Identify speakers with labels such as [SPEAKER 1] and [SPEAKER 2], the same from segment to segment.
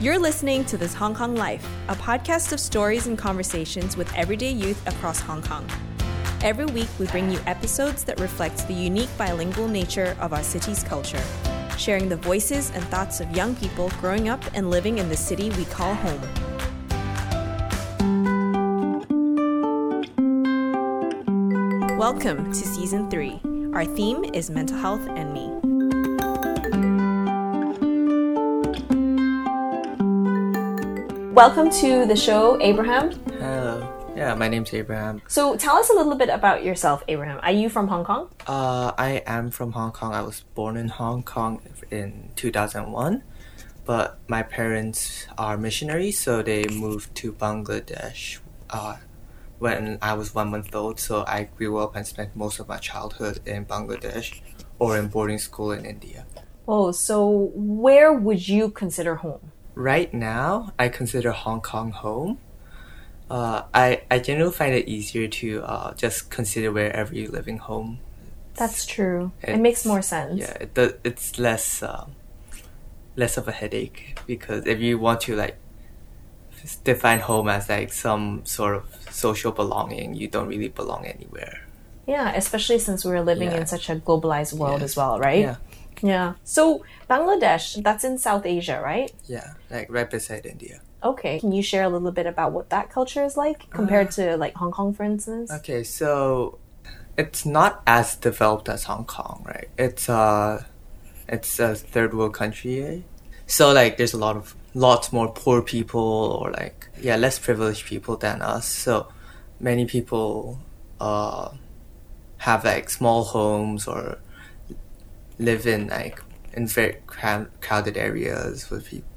[SPEAKER 1] You're listening to This Hong Kong Life, a podcast of stories and conversations with everyday youth across Hong Kong. Every week, we bring you episodes that reflect the unique bilingual nature of our city's culture, sharing the voices and thoughts of young people growing up and living in the city we call home. Welcome to Season 3. Our theme is Mental Health and Me. Welcome to the show, Abraham.
[SPEAKER 2] Hello. Yeah, my name's Abraham.
[SPEAKER 1] So tell us a little bit about yourself, Abraham. Are you from Hong Kong?
[SPEAKER 2] Uh, I am from Hong Kong. I was born in Hong Kong in 2001, but my parents are missionaries, so they moved to Bangladesh uh, when I was one month old. So I grew up and spent most of my childhood in Bangladesh or in boarding school in India.
[SPEAKER 1] Oh, so where would you consider home?
[SPEAKER 2] Right now, I consider Hong Kong home. Uh, I, I generally find it easier to uh, just consider wherever you're living home.
[SPEAKER 1] That's true. It,
[SPEAKER 2] It's-
[SPEAKER 1] makes more sense.
[SPEAKER 2] Yeah, it does, it's less um, less of a headache because if you want to like s- define home as like some sort of social belonging, you don't really belong anywhere.
[SPEAKER 1] Yeah, especially since we're living
[SPEAKER 2] Yeah.
[SPEAKER 1] in such a globalized world as well, right?
[SPEAKER 2] Yeah,
[SPEAKER 1] Yeah. So Bangladesh, that's in South Asia, right?
[SPEAKER 2] yeah, like right beside India.
[SPEAKER 1] Okay. Can you share a little bit about what that culture is like
[SPEAKER 2] Uh,
[SPEAKER 1] compared to like Hong Kong, for instance?
[SPEAKER 2] Okay, so it's not as developed as Hong Kong, right? It's a it's a third world country. eh? So like there's a lot of lots more poor people or like yeah, less privileged people than us. So many people uh have like small homes or live in like in very cram- crowded areas with people.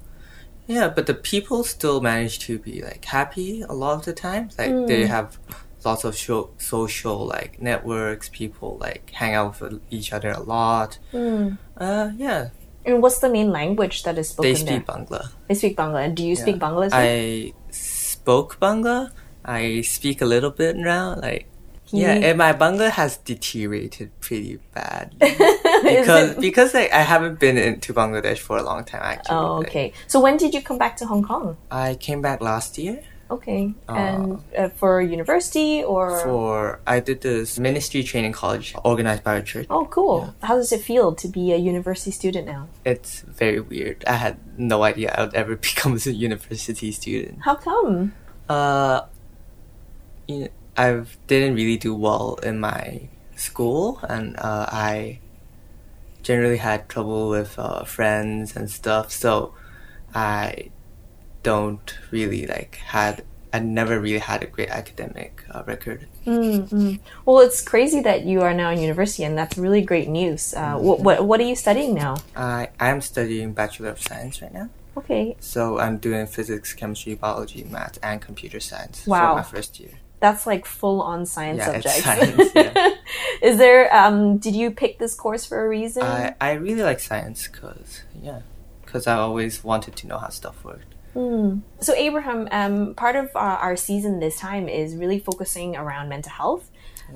[SPEAKER 2] Yeah, but the people still manage to be like happy a lot of the time. Like they
[SPEAKER 1] Mm.
[SPEAKER 2] have lots of sho- social like networks. People like hang out with each other a lot.
[SPEAKER 1] Mm.
[SPEAKER 2] Uh, yeah,
[SPEAKER 1] And what's the main language that is spoken
[SPEAKER 2] they speak
[SPEAKER 1] there?
[SPEAKER 2] Bangla.
[SPEAKER 1] They speak Bangla. And Do you speak Bangla? as well?
[SPEAKER 2] I spoke Bangla. I speak a little bit now. Like, yeah,
[SPEAKER 1] you-
[SPEAKER 2] and my Bangla has deteriorated pretty badly because because like, I haven't been into Bangladesh for a long time. Actually,
[SPEAKER 1] Oh,
[SPEAKER 2] Like,
[SPEAKER 1] okay. So when did you come back to Hong Kong?
[SPEAKER 2] I came back last year.
[SPEAKER 1] Okay, and uh, for university or
[SPEAKER 2] for I did this ministry training college organized by a church.
[SPEAKER 1] oh, cool. How does it feel to be a university student now?
[SPEAKER 2] It's very weird. I had no idea I would ever become a university student.
[SPEAKER 1] How come?
[SPEAKER 2] Uh, you know, I didn't really do well in my school, and uh, I generally had trouble with uh, friends and stuff. So I don't really like had. I never really had a great academic uh, record. mm.
[SPEAKER 1] Well, it's crazy that you are now in university, and that's really great news. Uh,
[SPEAKER 2] Mm.
[SPEAKER 1] what, what what are you studying now?
[SPEAKER 2] I I am studying Bachelor of Science right now.
[SPEAKER 1] Okay,
[SPEAKER 2] So I'm doing physics, chemistry, biology, math, and computer science
[SPEAKER 1] Wow.
[SPEAKER 2] for my first year.
[SPEAKER 1] that's like full on science
[SPEAKER 2] Yeah,
[SPEAKER 1] subjects.
[SPEAKER 2] it's science. yeah.
[SPEAKER 1] Is there? Um, did you pick this course for a reason?
[SPEAKER 2] I I really like science because yeah, because I always wanted to know how stuff worked.
[SPEAKER 1] Hmm. So, Abraham, um, part of our, our season this time is really focusing around mental health.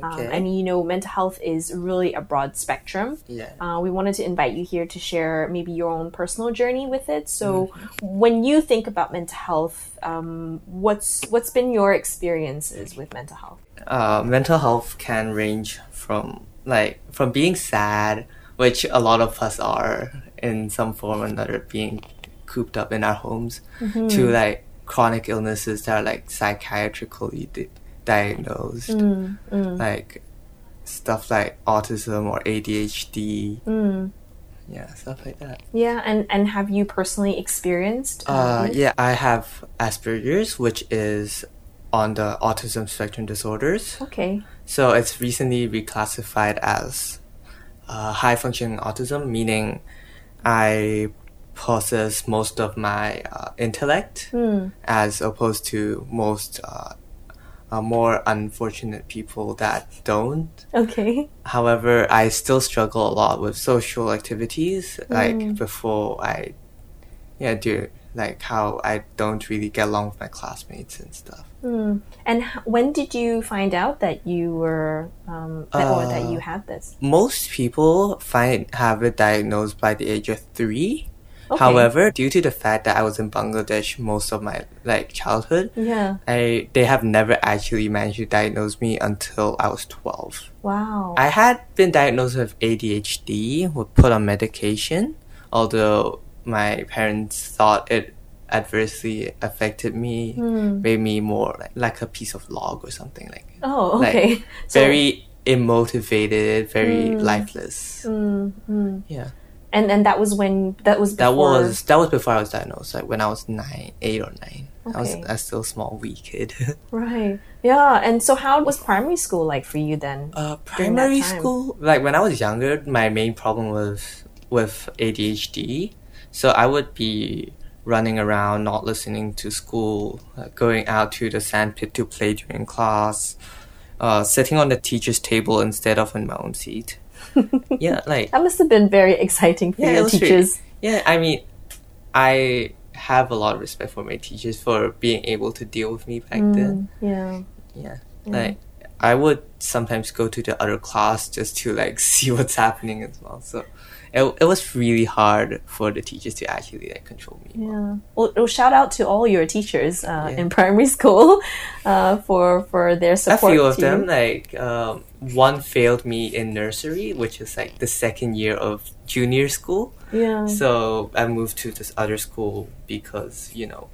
[SPEAKER 1] Um,
[SPEAKER 2] Okay.
[SPEAKER 1] and you know, mental health is really a broad spectrum.
[SPEAKER 2] Yeah.
[SPEAKER 1] Uh, we wanted to invite you here to share maybe your own personal journey with it. So, when you think about mental health, um, what's what's been your experiences with mental health?
[SPEAKER 2] uh, mental health can range from like from being sad, which a lot of us are in some form or another, being cooped up in our homes, to like chronic illnesses that are like psychiatrically di- diagnosed, like stuff like autism or ADHD. Yeah, stuff like that.
[SPEAKER 1] Yeah, and and have you personally experienced?
[SPEAKER 2] Uh, yeah, I have Asperger's, which is on the autism spectrum disorders.
[SPEAKER 1] okay.
[SPEAKER 2] So it's recently reclassified as uh, high functioning autism, meaning I possess most of my uh, intellect as opposed to most uh, uh, more unfortunate people that don't.
[SPEAKER 1] Okay.
[SPEAKER 2] However, I still struggle a lot with social activities, like before I, yeah, do like how I don't really get along with my classmates and stuff.
[SPEAKER 1] And h- when did you find out that you were um, that, or that
[SPEAKER 2] Uh,
[SPEAKER 1] you had this?
[SPEAKER 2] most people find have it diagnosed by the age of three,
[SPEAKER 1] Okay.
[SPEAKER 2] However, due to the fact that I was in Bangladesh most of my like childhood,
[SPEAKER 1] Yeah.
[SPEAKER 2] I they have never actually managed to diagnose me until I was 12.
[SPEAKER 1] Wow.
[SPEAKER 2] I had been diagnosed with ADHD, was put on medication, although my parents thought it adversely affected me, made me more like, like a piece of log or something like.
[SPEAKER 1] oh,
[SPEAKER 2] like,
[SPEAKER 1] okay. So- Hmm.
[SPEAKER 2] very immotivated, very lifeless. Yeah,
[SPEAKER 1] and and that was when that was
[SPEAKER 2] that
[SPEAKER 1] Hmm, before,
[SPEAKER 2] was that was before I was diagnosed. Like when I was nine, eight or nine, I was
[SPEAKER 1] Okay.
[SPEAKER 2] I was still a small wee kid.
[SPEAKER 1] right. Yeah. And so, how was primary school like for you then?
[SPEAKER 2] Uh,
[SPEAKER 1] During that
[SPEAKER 2] primary
[SPEAKER 1] time.
[SPEAKER 2] school, like when I was younger, my main problem was with ADHD. So I would be running around, not listening to school, uh, going out to the sandpit to play during class, uh, sitting on the teacher's table instead of on my own seat. yeah, like
[SPEAKER 1] that must have been very exciting for
[SPEAKER 2] it
[SPEAKER 1] your
[SPEAKER 2] was really-
[SPEAKER 1] teachers.
[SPEAKER 2] yeah, I mean, I have a lot of respect for my teachers for being able to deal with me back then.
[SPEAKER 1] Yeah.
[SPEAKER 2] Yeah, like I would sometimes go to the other class just to like see what's happening as well. So it it was really hard for the teachers to actually like control me.
[SPEAKER 1] Yeah. Well, well, shout out to all your teachers uh,
[SPEAKER 2] Yeah.
[SPEAKER 1] in primary school uh, for for their
[SPEAKER 2] A
[SPEAKER 1] support.
[SPEAKER 2] few of
[SPEAKER 1] to you.
[SPEAKER 2] them, like um, one, failed me in nursery, which is like the second year of junior school.
[SPEAKER 1] Yeah.
[SPEAKER 2] So I moved to this other school because, you know,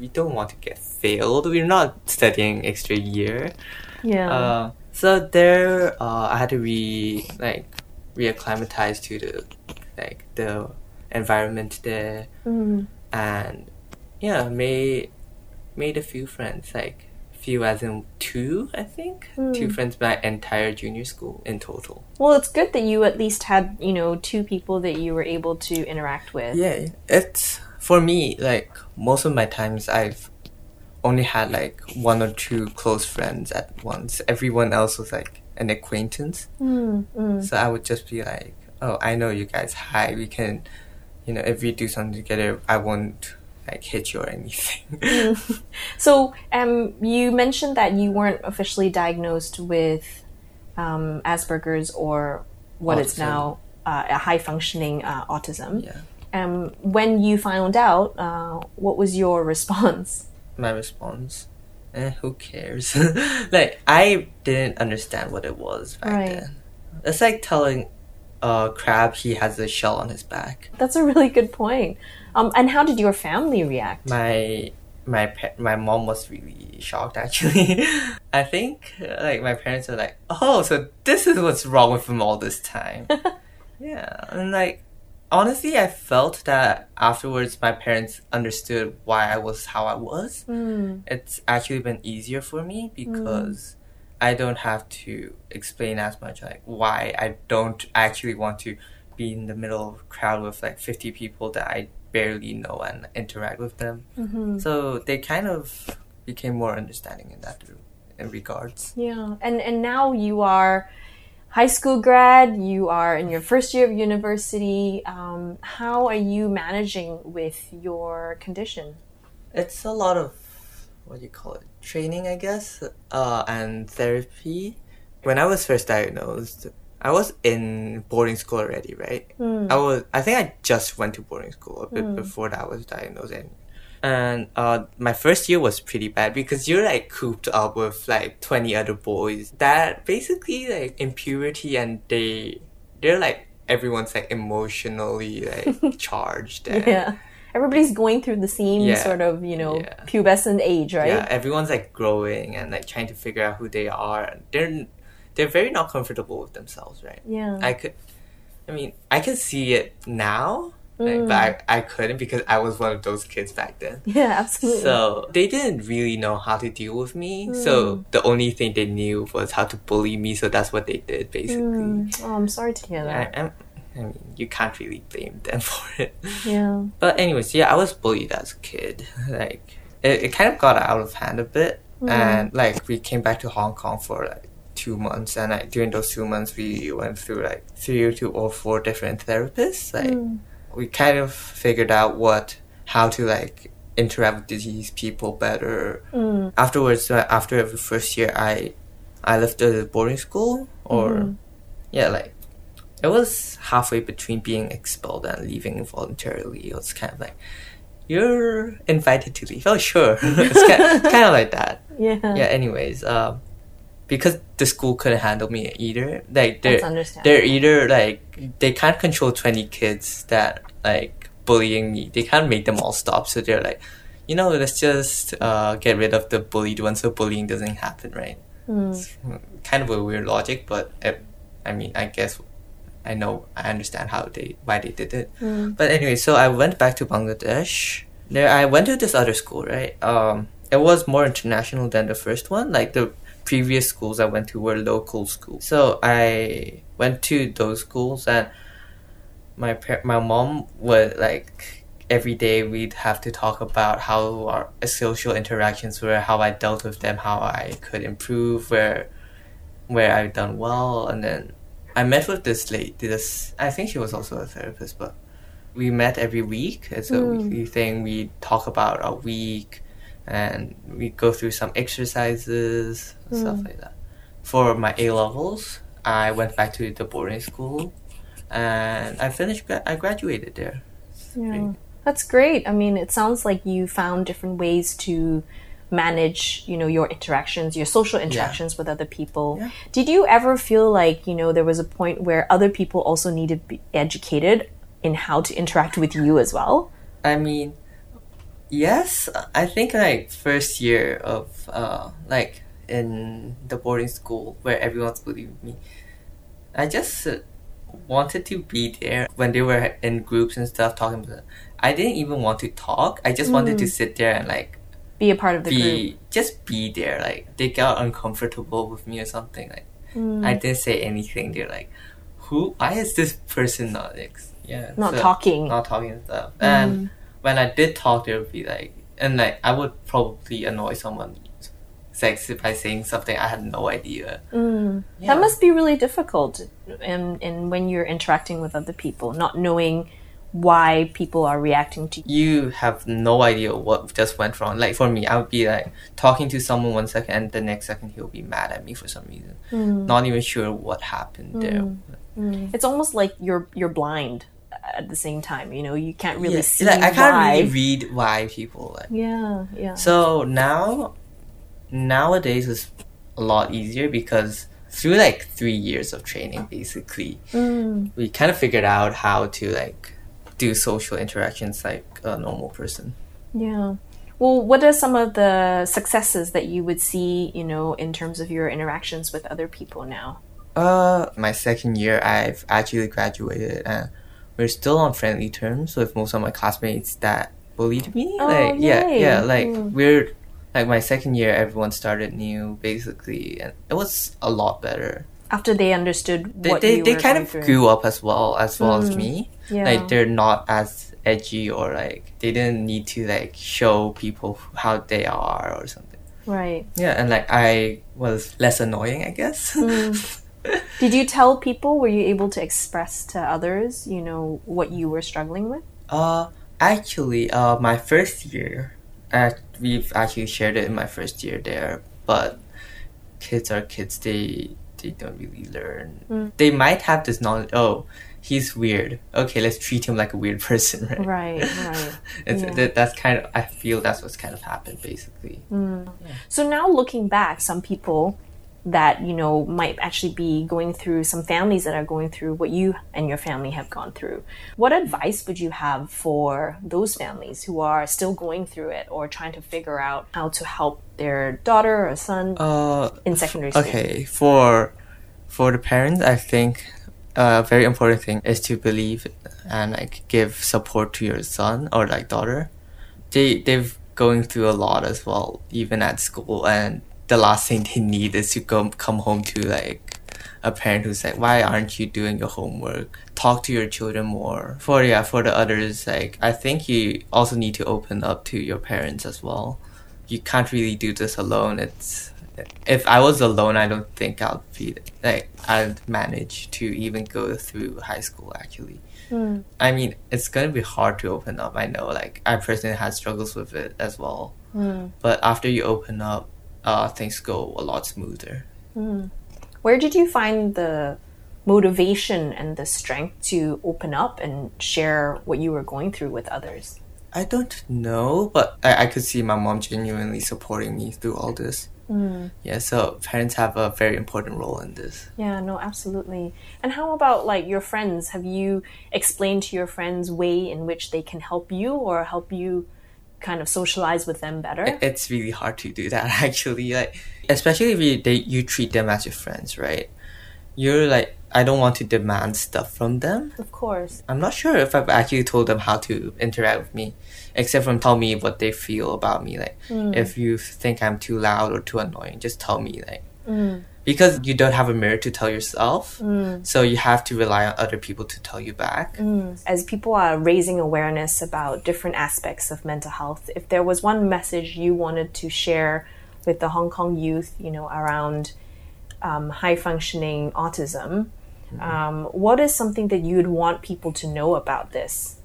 [SPEAKER 2] we don't want to get failed. We're not studying extra year.
[SPEAKER 1] yeah.
[SPEAKER 2] Uh, so there, uh, I had to re like reacclimatize to the like the environment there,
[SPEAKER 1] Mm.
[SPEAKER 2] and yeah, made made a few friends. Like few as in two, I think, two friends my entire junior school in total.
[SPEAKER 1] Well, it's good that you at least had you know two people that you were able to interact with.
[SPEAKER 2] Yeah, it's for me like most of my times I've only had like one or two close friends at once. Everyone else was like an acquaintance.
[SPEAKER 1] Mm, Mm-hmm.
[SPEAKER 2] So I would just be like, "Oh, I know you guys. Hi, we can, you know, if we do something together, I won't like hit you or anything."
[SPEAKER 1] So, um, you mentioned that you weren't officially diagnosed with um, Asperger's or what is
[SPEAKER 2] Autism.
[SPEAKER 1] now uh, a high functioning uh, autism.
[SPEAKER 2] yeah,
[SPEAKER 1] Um, when you found out, uh, what was your response?
[SPEAKER 2] my response. Eh, who cares? like I didn't understand what it was back
[SPEAKER 1] Right.
[SPEAKER 2] then. It's like telling a crab he has a shell on his back.
[SPEAKER 1] That's a really good point. Um, and how did your family react?
[SPEAKER 2] my my pa- my mom was really shocked actually i think like my parents were like oh so this is what's wrong with him all this time yeah and like honestly i felt that afterwards my parents understood why i was how i was it's actually been easier for me because i don't have to explain as much like why i don't actually want to be in the middle of a crowd with like 50 people that i barely know and interact with them so they kind of became more understanding in that in regards
[SPEAKER 1] Yeah, and and now you are high school grad. You are in your first year of university. Um, how are you managing with your condition?
[SPEAKER 2] it's a lot of what do you call it training i guess uh, and therapy when i was first diagnosed i was in boarding school already right i was i think i just went to boarding school a bit before that i was diagnosed and and uh, my first year was pretty bad because you're like cooped up with like 20 other boys that basically like impurity and they they're like everyone's like emotionally like charged and
[SPEAKER 1] Yeah, everybody's going through the same
[SPEAKER 2] Yeah.
[SPEAKER 1] sort of you know
[SPEAKER 2] Yeah.
[SPEAKER 1] pubescent age, right?
[SPEAKER 2] Yeah, everyone's like growing and like trying to figure out who they are. They're they're very not comfortable with themselves, right?
[SPEAKER 1] Yeah.
[SPEAKER 2] I could, I mean, I can see it now, like, but I, I couldn't because I was one of those kids back then.
[SPEAKER 1] Yeah, absolutely.
[SPEAKER 2] So they didn't really know how to deal with me. So the only thing they knew was how to bully me. So that's what they did basically.
[SPEAKER 1] oh, I'm sorry to hear that.
[SPEAKER 2] I, I'm, I mean, you can't really blame them for it.
[SPEAKER 1] Yeah.
[SPEAKER 2] But anyways, yeah, I was bullied as a kid. Like it, it kind of got out of hand a bit, and like we came back to Hong Kong for like two months, and like during those two months, we went through like three or two or four different therapists. Like
[SPEAKER 1] Mm.
[SPEAKER 2] we kind of figured out what how to like interact with these people better.
[SPEAKER 1] Mm.
[SPEAKER 2] Afterwards, uh, after the first year, I I left the boarding school or yeah, like it was halfway between being expelled and leaving voluntarily. It was kind of like you're invited to leave. Oh, sure. it's kind, kind of like that.
[SPEAKER 1] Yeah.
[SPEAKER 2] Yeah. Anyways, um, because the school couldn't handle me either. Like they're
[SPEAKER 1] That's understandable.
[SPEAKER 2] they're either like they can't control twenty kids that like bullying me. They can't make them all stop. So they're like, you know, let's just uh, get rid of the bullied one so bullying doesn't happen, right?
[SPEAKER 1] Mm.
[SPEAKER 2] It's kind of a weird logic, but it, I mean, I guess I know I understand how they why they did it.
[SPEAKER 1] Mm.
[SPEAKER 2] But anyway, so I went back to Bangladesh. There, I went to this other school, right? Um, it was more international than the first one. Like the previous schools I went to were local schools. So I went to those schools, and my par- my mom would like every day we'd have to talk about how our social interactions were, how I dealt with them, how I could improve, where where I've done well, and then I met with this lady. This I think she was also a therapist, but we met every week. It's a weekly thing. We talk about our week, and we go through some exercises and stuff like that. For my A levels, I went back to the boarding school, and I finished. gra- I graduated there.
[SPEAKER 1] Yeah. That's great. I mean, it sounds like you found different ways to manage, you know, your interactions, your social interactions with other people.
[SPEAKER 2] Yeah.
[SPEAKER 1] Did you ever feel like, you know, there was a point where other people also needed to be educated in how to interact with you as well?
[SPEAKER 2] I mean, yes, I think like first year of uh like in the boarding school where everyone's bullying me, I just uh, wanted to be there when they were in groups and stuff talking. To them. I didn't even want to talk. I just wanted to sit there and like
[SPEAKER 1] Be a part of the group.
[SPEAKER 2] be just be there. Like they got uncomfortable with me or something. Like
[SPEAKER 1] Mm.
[SPEAKER 2] I didn't say anything. They're like, "Who? Why is this person not like, yeah
[SPEAKER 1] Not
[SPEAKER 2] so-
[SPEAKER 1] talking. Mm.
[SPEAKER 2] Not talking and stuff." And when I did talk, they would be like, and like I would probably annoy someone, sex by saying something I had no idea.
[SPEAKER 1] That must be really difficult in, in when you're interacting with other people, not knowing why people are reacting to you.
[SPEAKER 2] you have no idea what just went wrong. Like for me, I would be like talking to someone one second, and the next second he'll be mad at me for some reason.
[SPEAKER 1] Mm.
[SPEAKER 2] Not even sure what happened there. Mm-hmm.
[SPEAKER 1] It's almost like you're you're blind uh, at the same time, you know, you can't really
[SPEAKER 2] Yeah,
[SPEAKER 1] see
[SPEAKER 2] like, I can't
[SPEAKER 1] why.
[SPEAKER 2] really read why people like.
[SPEAKER 1] Yeah, yeah.
[SPEAKER 2] So now, nowadays is a lot easier because through like three years of training, basically,
[SPEAKER 1] Mm.
[SPEAKER 2] we kind of figured out how to like do social interactions like a normal person.
[SPEAKER 1] Yeah. Well, what are some of the successes that you would see, you know, in terms of your interactions with other people now?
[SPEAKER 2] Uh, my second year, I've actually graduated, and we're still on friendly terms with most of my classmates that bullied me.
[SPEAKER 1] Oh,
[SPEAKER 2] like, yeah,
[SPEAKER 1] yay.
[SPEAKER 2] yeah, like
[SPEAKER 1] Mm.
[SPEAKER 2] we're like my second year, everyone started new basically, and it was a lot better.
[SPEAKER 1] After they understood
[SPEAKER 2] They
[SPEAKER 1] what
[SPEAKER 2] they,
[SPEAKER 1] you
[SPEAKER 2] they
[SPEAKER 1] were
[SPEAKER 2] kind
[SPEAKER 1] going
[SPEAKER 2] of
[SPEAKER 1] through. Hmm.
[SPEAKER 2] grew up as well as well as me.
[SPEAKER 1] Yeah.
[SPEAKER 2] Like they're not as edgy or like they didn't need to like show people how they are or something.
[SPEAKER 1] Right.
[SPEAKER 2] Yeah, and like I was less annoying, I guess.
[SPEAKER 1] Hmm. Did you tell people? Were you able to express to others, you know, what you were struggling with?
[SPEAKER 2] Uh, actually, uh, my first year, uh, we've actually shared it in my first year there, but kids are kids, they, they don't really learn. They might have this knowledge, oh, he's weird. Okay, let's treat him like a weird person, right?
[SPEAKER 1] Right, right.
[SPEAKER 2] It's,
[SPEAKER 1] yeah.
[SPEAKER 2] that, that's kind of, I feel that's what's kind of happened, basically.
[SPEAKER 1] So now looking back, some people that you know might actually be going through some families that are going through what you and your family have gone through. What advice would you have for those families who are still going through it or trying to figure out how to help their daughter or son
[SPEAKER 2] Uh,
[SPEAKER 1] in secondary school?
[SPEAKER 2] Okay, for for the parents, I think uh, a very important thing is to believe and like give support to your son or like daughter. They they've going through a lot as well, even at school, and the last thing they need is to come come home to like a parent who's like, "Why aren't you doing your homework?" Talk to your children more. For yeah, for the others, like I think you also need to open up to your parents as well. You can't really do this alone. It's if I was alone, I don't think I'd be like I'd manage to even go through high school. Actually, I mean, it's gonna be hard to open up. I know, like I personally had struggles with it as well. But after you open up, uh, things go a lot smoother.
[SPEAKER 1] Where did you find the motivation and the strength to open up and share what you were going through with others?
[SPEAKER 2] I don't know, but I, I could see my mom genuinely supporting me through all this. Yeah, so parents have a very important role in this.
[SPEAKER 1] Yeah, no, absolutely. And how about like your friends? Have you explained to your friends way in which they can help you or help you kind of socialize with them better?
[SPEAKER 2] It's really hard to do that actually, like especially if you they, you treat them as your friends, right? You're like I don't want to demand stuff from them.
[SPEAKER 1] Of course.
[SPEAKER 2] I'm not sure if I've actually told them how to interact with me, except from tell me what they feel about me. Like, if you think I'm too loud or too annoying, just tell me. Like, because you don't have a mirror to tell yourself, so you have to rely on other people to tell you back.
[SPEAKER 1] as people are raising awareness about different aspects of mental health, if there was one message you wanted to share with the Hong Kong youth, you know, around um, high functioning autism, um, what is something that you'd want people to know about this?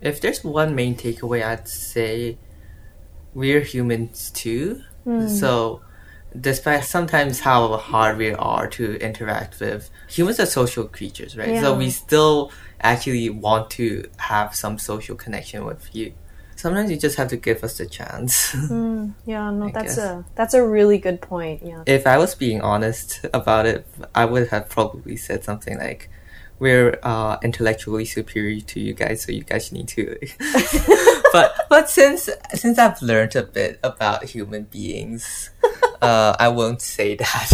[SPEAKER 2] If there's one main takeaway, I'd say we're humans too. So, despite sometimes how hard we are to interact with, humans are social creatures, right? So,
[SPEAKER 1] Yeah.
[SPEAKER 2] we still actually want to have some social connection with you. Sometimes you just have to give us the chance.
[SPEAKER 1] Yeah, no, that's
[SPEAKER 2] guess.
[SPEAKER 1] a that's a really good point. Yeah.
[SPEAKER 2] if I was being honest about it, I would have probably said something like, "We're uh, intellectually superior to you guys, so you guys need to." but but since since I've learned a bit about human beings, uh, I won't say that.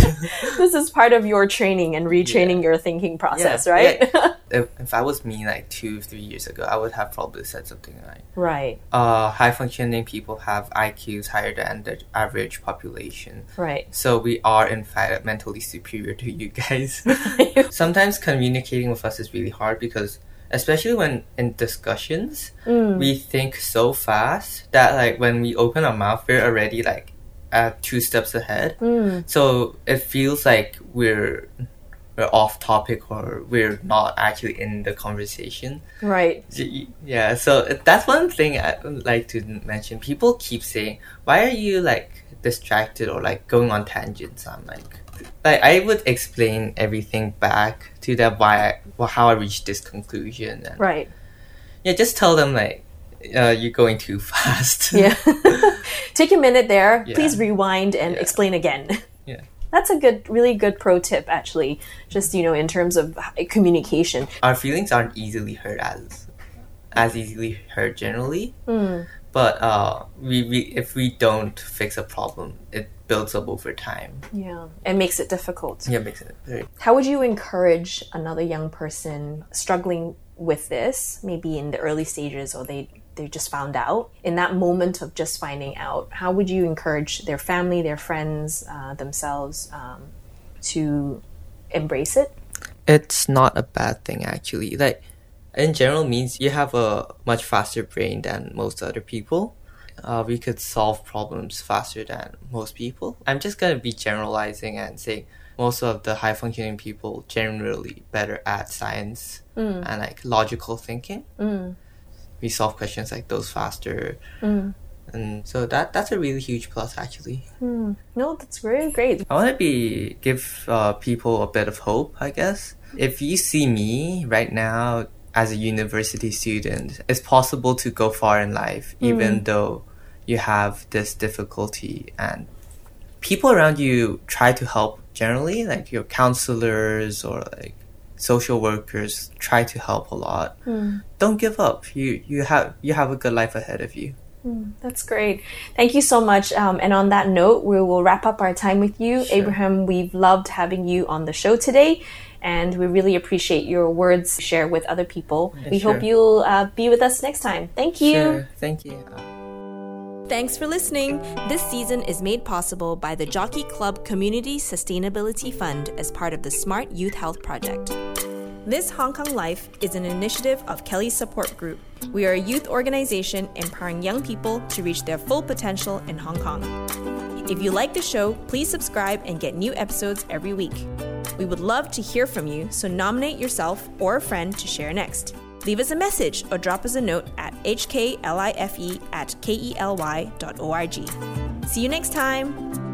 [SPEAKER 1] this is part of your training and retraining your thinking process,
[SPEAKER 2] Yeah,
[SPEAKER 1] right?
[SPEAKER 2] yeah. if, if I was me like two three years ago, I would have probably said something like,
[SPEAKER 1] right,
[SPEAKER 2] uh, "High functioning people have IQs higher than the average population."
[SPEAKER 1] right.
[SPEAKER 2] So we are in fact mentally superior to you guys. Sometimes communicating with us is really hard because especially when in discussions we think so fast that like when we open our mouth we're already like uh, two steps ahead. So it feels like we're we're off topic or we're not actually in the conversation.
[SPEAKER 1] Right.
[SPEAKER 2] Y- Yeah, so uh, that's one thing I would like to mention. People keep saying, "Why are you like distracted or like going on tangents?" I'm like, like I would explain everything back to them why, I, well, how I reached this conclusion, and
[SPEAKER 1] Right.
[SPEAKER 2] yeah, just tell them like, uh, "You're going too fast."
[SPEAKER 1] Yeah. Take a minute there.
[SPEAKER 2] Yeah.
[SPEAKER 1] Please rewind and
[SPEAKER 2] Yeah.
[SPEAKER 1] explain again.
[SPEAKER 2] yeah.
[SPEAKER 1] That's a good, really good pro tip, actually. Just, you know, in terms of h- communication.
[SPEAKER 2] Our feelings aren't easily hurt as, as easily hurt generally, but uh, we, we if we don't fix a problem, it builds up over time.
[SPEAKER 1] Yeah. It makes it difficult.
[SPEAKER 2] Yeah, makes it very
[SPEAKER 1] How would you encourage another young person struggling with this, maybe in the early stages or they, they just found out? In that moment of just finding out, how would you encourage their family, their friends, uh, themselves um, to embrace it?
[SPEAKER 2] it's not a bad thing actually like in general means you have a much faster brain than most other people uh, we could solve problems faster than most people i'm just going to be generalizing and saying most of the high functioning people generally better at science and like logical thinking we solve questions like those faster and so that that's a really huge plus actually
[SPEAKER 1] No, that's really great.
[SPEAKER 2] I want to be give uh, people a bit of hope, I guess. If you see me right now as a university student, it's possible to go far in life,
[SPEAKER 1] Mm.
[SPEAKER 2] even though you have this difficulty. And people around you try to help generally, like your counselors or like social workers try to help a lot.
[SPEAKER 1] Mm.
[SPEAKER 2] Don't give up. You you have you have a good life ahead of you.
[SPEAKER 1] That's great. Thank you so much. Um, and on that note, we will wrap up our time with you. Abraham, we've loved having you on the show today, and we really appreciate your words to share with other people. we hope
[SPEAKER 2] sure.
[SPEAKER 1] you'll uh, be with us next time. Thank you.
[SPEAKER 2] Sure. Thank you.
[SPEAKER 3] Thanks for listening. This season is made possible by the Jockey Club Community Sustainability Fund as part of the Smart Youth Health Project. This Hong Kong Life is an initiative of Kelly's Support Group. We are a youth organization empowering young people to reach their full potential in Hong Kong. If you like the show, please subscribe and get new episodes every week. We would love to hear from you, so nominate yourself or a friend to share next. Leave us a message or drop us a note at E hklife at kely.org. See you next time!